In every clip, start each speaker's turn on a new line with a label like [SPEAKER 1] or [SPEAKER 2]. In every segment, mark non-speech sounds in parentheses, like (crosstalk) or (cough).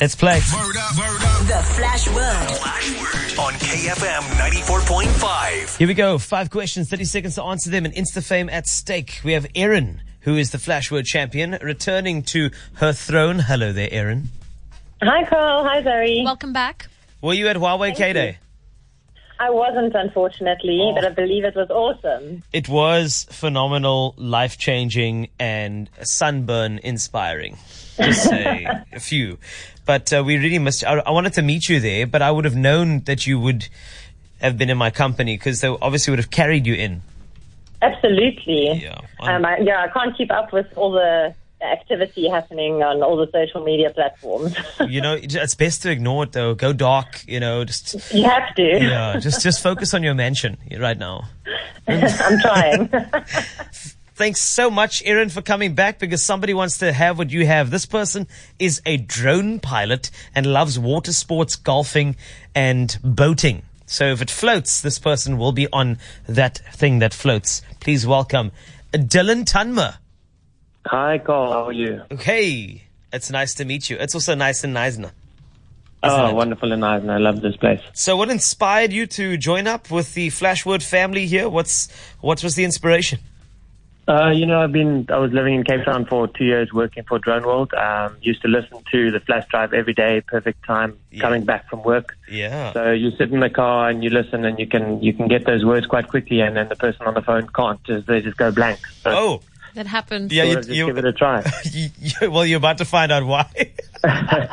[SPEAKER 1] Let's play.
[SPEAKER 2] Word up, word up.
[SPEAKER 3] The Flash Word.
[SPEAKER 2] Flash word on KFM 94.5.
[SPEAKER 1] Here we go. Five questions, 30 seconds to answer them, and Insta fame at stake. We have Erin, who is the Flash World champion, returning to her throne. Hello there, Erin.
[SPEAKER 4] Hi, Carl. Hi, Zoe.
[SPEAKER 5] Welcome back.
[SPEAKER 1] Were you at Huawei K Day?
[SPEAKER 4] I wasn't, unfortunately,
[SPEAKER 1] oh.
[SPEAKER 4] but I believe it was awesome.
[SPEAKER 1] It was phenomenal, life changing, and sunburn inspiring. Just say a few. But uh, we really missed. I, I wanted to meet you there, but I would have known that you would have been in my company because they obviously would have carried you in.
[SPEAKER 4] Absolutely.
[SPEAKER 1] Yeah.
[SPEAKER 4] Um, I, yeah, I can't keep up with all the activity happening on all the social media platforms.
[SPEAKER 1] You know, it's best to ignore it though. Go dark, you know, just
[SPEAKER 4] (laughs) you have to.
[SPEAKER 1] Yeah, just just focus on your mansion right now.
[SPEAKER 4] I'm trying. (laughs)
[SPEAKER 1] Thanks so much, Erin, for coming back because somebody wants to have what you have. This person is a drone pilot and loves water sports, golfing, and boating. So if it floats, this person will be on that thing that floats. Please welcome Dylan Tunmer.
[SPEAKER 6] Hi, Carl. How are you?
[SPEAKER 1] Okay, it's nice to meet you. It's also nice in Neisner.
[SPEAKER 6] oh,
[SPEAKER 1] it?
[SPEAKER 6] wonderful and nice, and I love this place.
[SPEAKER 1] So, what inspired you to join up with the Flashwood family here? What's what was the inspiration?
[SPEAKER 6] Uh, you know, I've been I was living in Cape Town for two years, working for Drone World. Um, used to listen to the Flash Drive every day, perfect time coming back from work.
[SPEAKER 1] Yeah.
[SPEAKER 6] So you sit in the car and you listen, and you can you can get those words quite quickly, and then the person on the phone can't. Just, they just go blank. So
[SPEAKER 1] oh,
[SPEAKER 5] That happened.
[SPEAKER 1] yeah.
[SPEAKER 6] I thought
[SPEAKER 1] You,
[SPEAKER 6] I'd just
[SPEAKER 1] you,
[SPEAKER 6] give it
[SPEAKER 1] (laughs)
[SPEAKER 6] a try. (laughs)
[SPEAKER 1] you- you- well, you're about to find out why. (laughs)
[SPEAKER 6] no,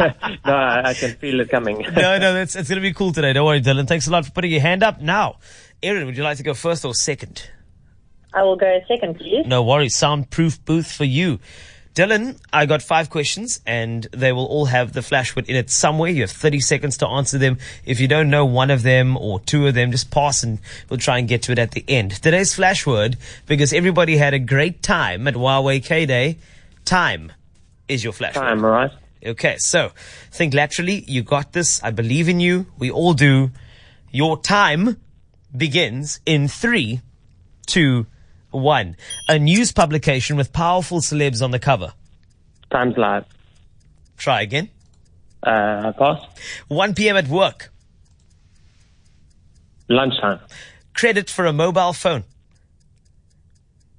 [SPEAKER 6] I, I can feel it coming.
[SPEAKER 1] no, no, it's it's gonna be cool today. Don't worry, Dylan. Thanks a lot for putting your hand up. Now, Erin, would you like to go first or second?
[SPEAKER 4] I will go second, please.
[SPEAKER 1] No worries. Soundproof booth for you. Dylan, I got five questions and they will all have the flashwood in it somewhere. You have 30 seconds to answer them. If you don't know one of them or two of them, just pass and we'll try and get to it at the end. Today's flashword, because everybody had a great time at Huawei K Day, time is your flashword.
[SPEAKER 6] (laughs) Time, all right?
[SPEAKER 1] Okay, so think laterally. You got this. I believe in you. We all do. Your time begins in three, two, one. A news publication with powerful celebs on the cover.
[SPEAKER 6] Time's live.
[SPEAKER 1] Try again.
[SPEAKER 6] Uh, pass.
[SPEAKER 1] 1 p.m. at work.
[SPEAKER 6] Lunchtime.
[SPEAKER 1] Credit for a mobile phone.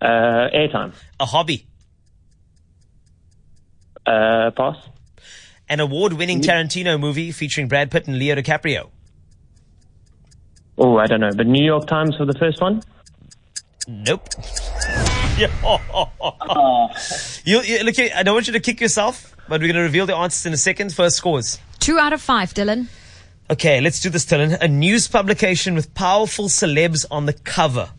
[SPEAKER 6] Uh, airtime.
[SPEAKER 1] A hobby.
[SPEAKER 6] Uh, pass.
[SPEAKER 1] An award winning Tarantino movie featuring Brad Pitt and Leo DiCaprio.
[SPEAKER 6] Oh, I don't know. But New York Times for the first one?
[SPEAKER 1] Nope. (laughs) Yeah. you, you, look, I don't want you to kick yourself, but we're going to reveal the answers in a second. First scores.
[SPEAKER 5] Two out of five, Dylan.
[SPEAKER 1] Okay, let's do this, Dylan. A news publication with powerful celebs on the cover.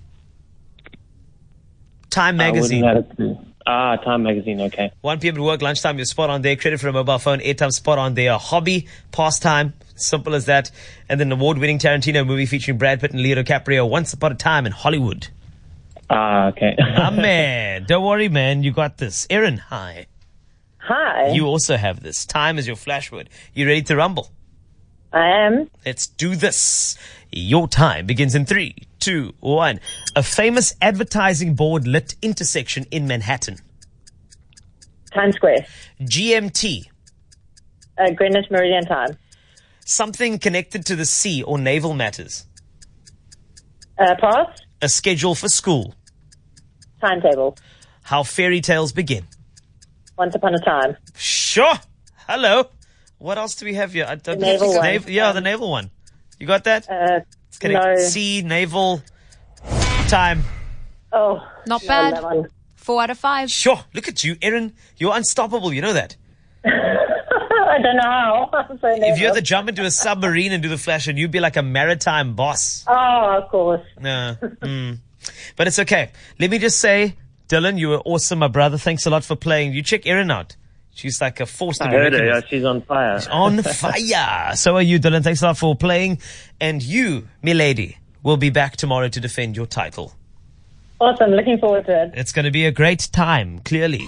[SPEAKER 1] Time magazine.
[SPEAKER 6] I wouldn't have a clue. Ah, Time Magazine. Okay.
[SPEAKER 1] 1 p.m. to work, lunchtime, you're spot on there. Credit for a mobile phone, airtime, spot on there. A hobby, pastime, simple as that. And then award winning Tarantino movie featuring Brad Pitt and Leo DiCaprio, Once Upon a Time in
[SPEAKER 6] (laughs)
[SPEAKER 1] Hollywood.
[SPEAKER 6] Ah, okay.
[SPEAKER 1] Ah, man. Don't worry, man. You got this. Aaron, hi.
[SPEAKER 4] Hi.
[SPEAKER 1] You also have this. Time is your flashword. You ready to rumble?
[SPEAKER 4] I am.
[SPEAKER 1] Let's do this. Your time begins in three, two, one. A famous advertising board lit intersection in Manhattan.
[SPEAKER 4] Times Square.
[SPEAKER 1] GMT.
[SPEAKER 4] Uh, Greenwich Meridian Time.
[SPEAKER 1] Something connected to the sea or naval matters.
[SPEAKER 4] Uh, pass.
[SPEAKER 1] A schedule for school.
[SPEAKER 4] Timetable.
[SPEAKER 1] How fairy tales begin.
[SPEAKER 4] Once upon a time.
[SPEAKER 1] Sure. Hello. What else do we have here? I don't
[SPEAKER 4] The naval one.
[SPEAKER 1] Nav- yeah, the naval one. You got that?
[SPEAKER 4] Uh,
[SPEAKER 1] It's connected
[SPEAKER 4] no.
[SPEAKER 1] sea, naval, time.
[SPEAKER 4] oh,
[SPEAKER 5] Not
[SPEAKER 4] love that
[SPEAKER 5] bad.
[SPEAKER 4] one. (laughs)
[SPEAKER 5] Four out of five.
[SPEAKER 1] Sure. Look at you, Erin. You're unstoppable. You know that.
[SPEAKER 4] I don't know how. (laughs) I'm so
[SPEAKER 1] If you had
[SPEAKER 4] nervous.
[SPEAKER 1] to jump into a submarine and do the flash, and you'd be like a maritime boss.
[SPEAKER 4] Oh, of course.
[SPEAKER 1] No. Mm. But it's okay. Let me just say, Dylan, you were awesome, my brother. Thanks a lot for playing. You check Erin out. She's like a force to
[SPEAKER 6] I
[SPEAKER 1] be
[SPEAKER 6] heard (laughs) her.
[SPEAKER 1] reckoned
[SPEAKER 6] Yeah,
[SPEAKER 1] with.
[SPEAKER 6] she's on fire.
[SPEAKER 1] On fire. So are you, Dylan. Thanks a lot for playing. And you, milady, will be back tomorrow to defend your title.
[SPEAKER 4] Awesome. Looking forward to it.
[SPEAKER 1] It's going to be a great time, clearly.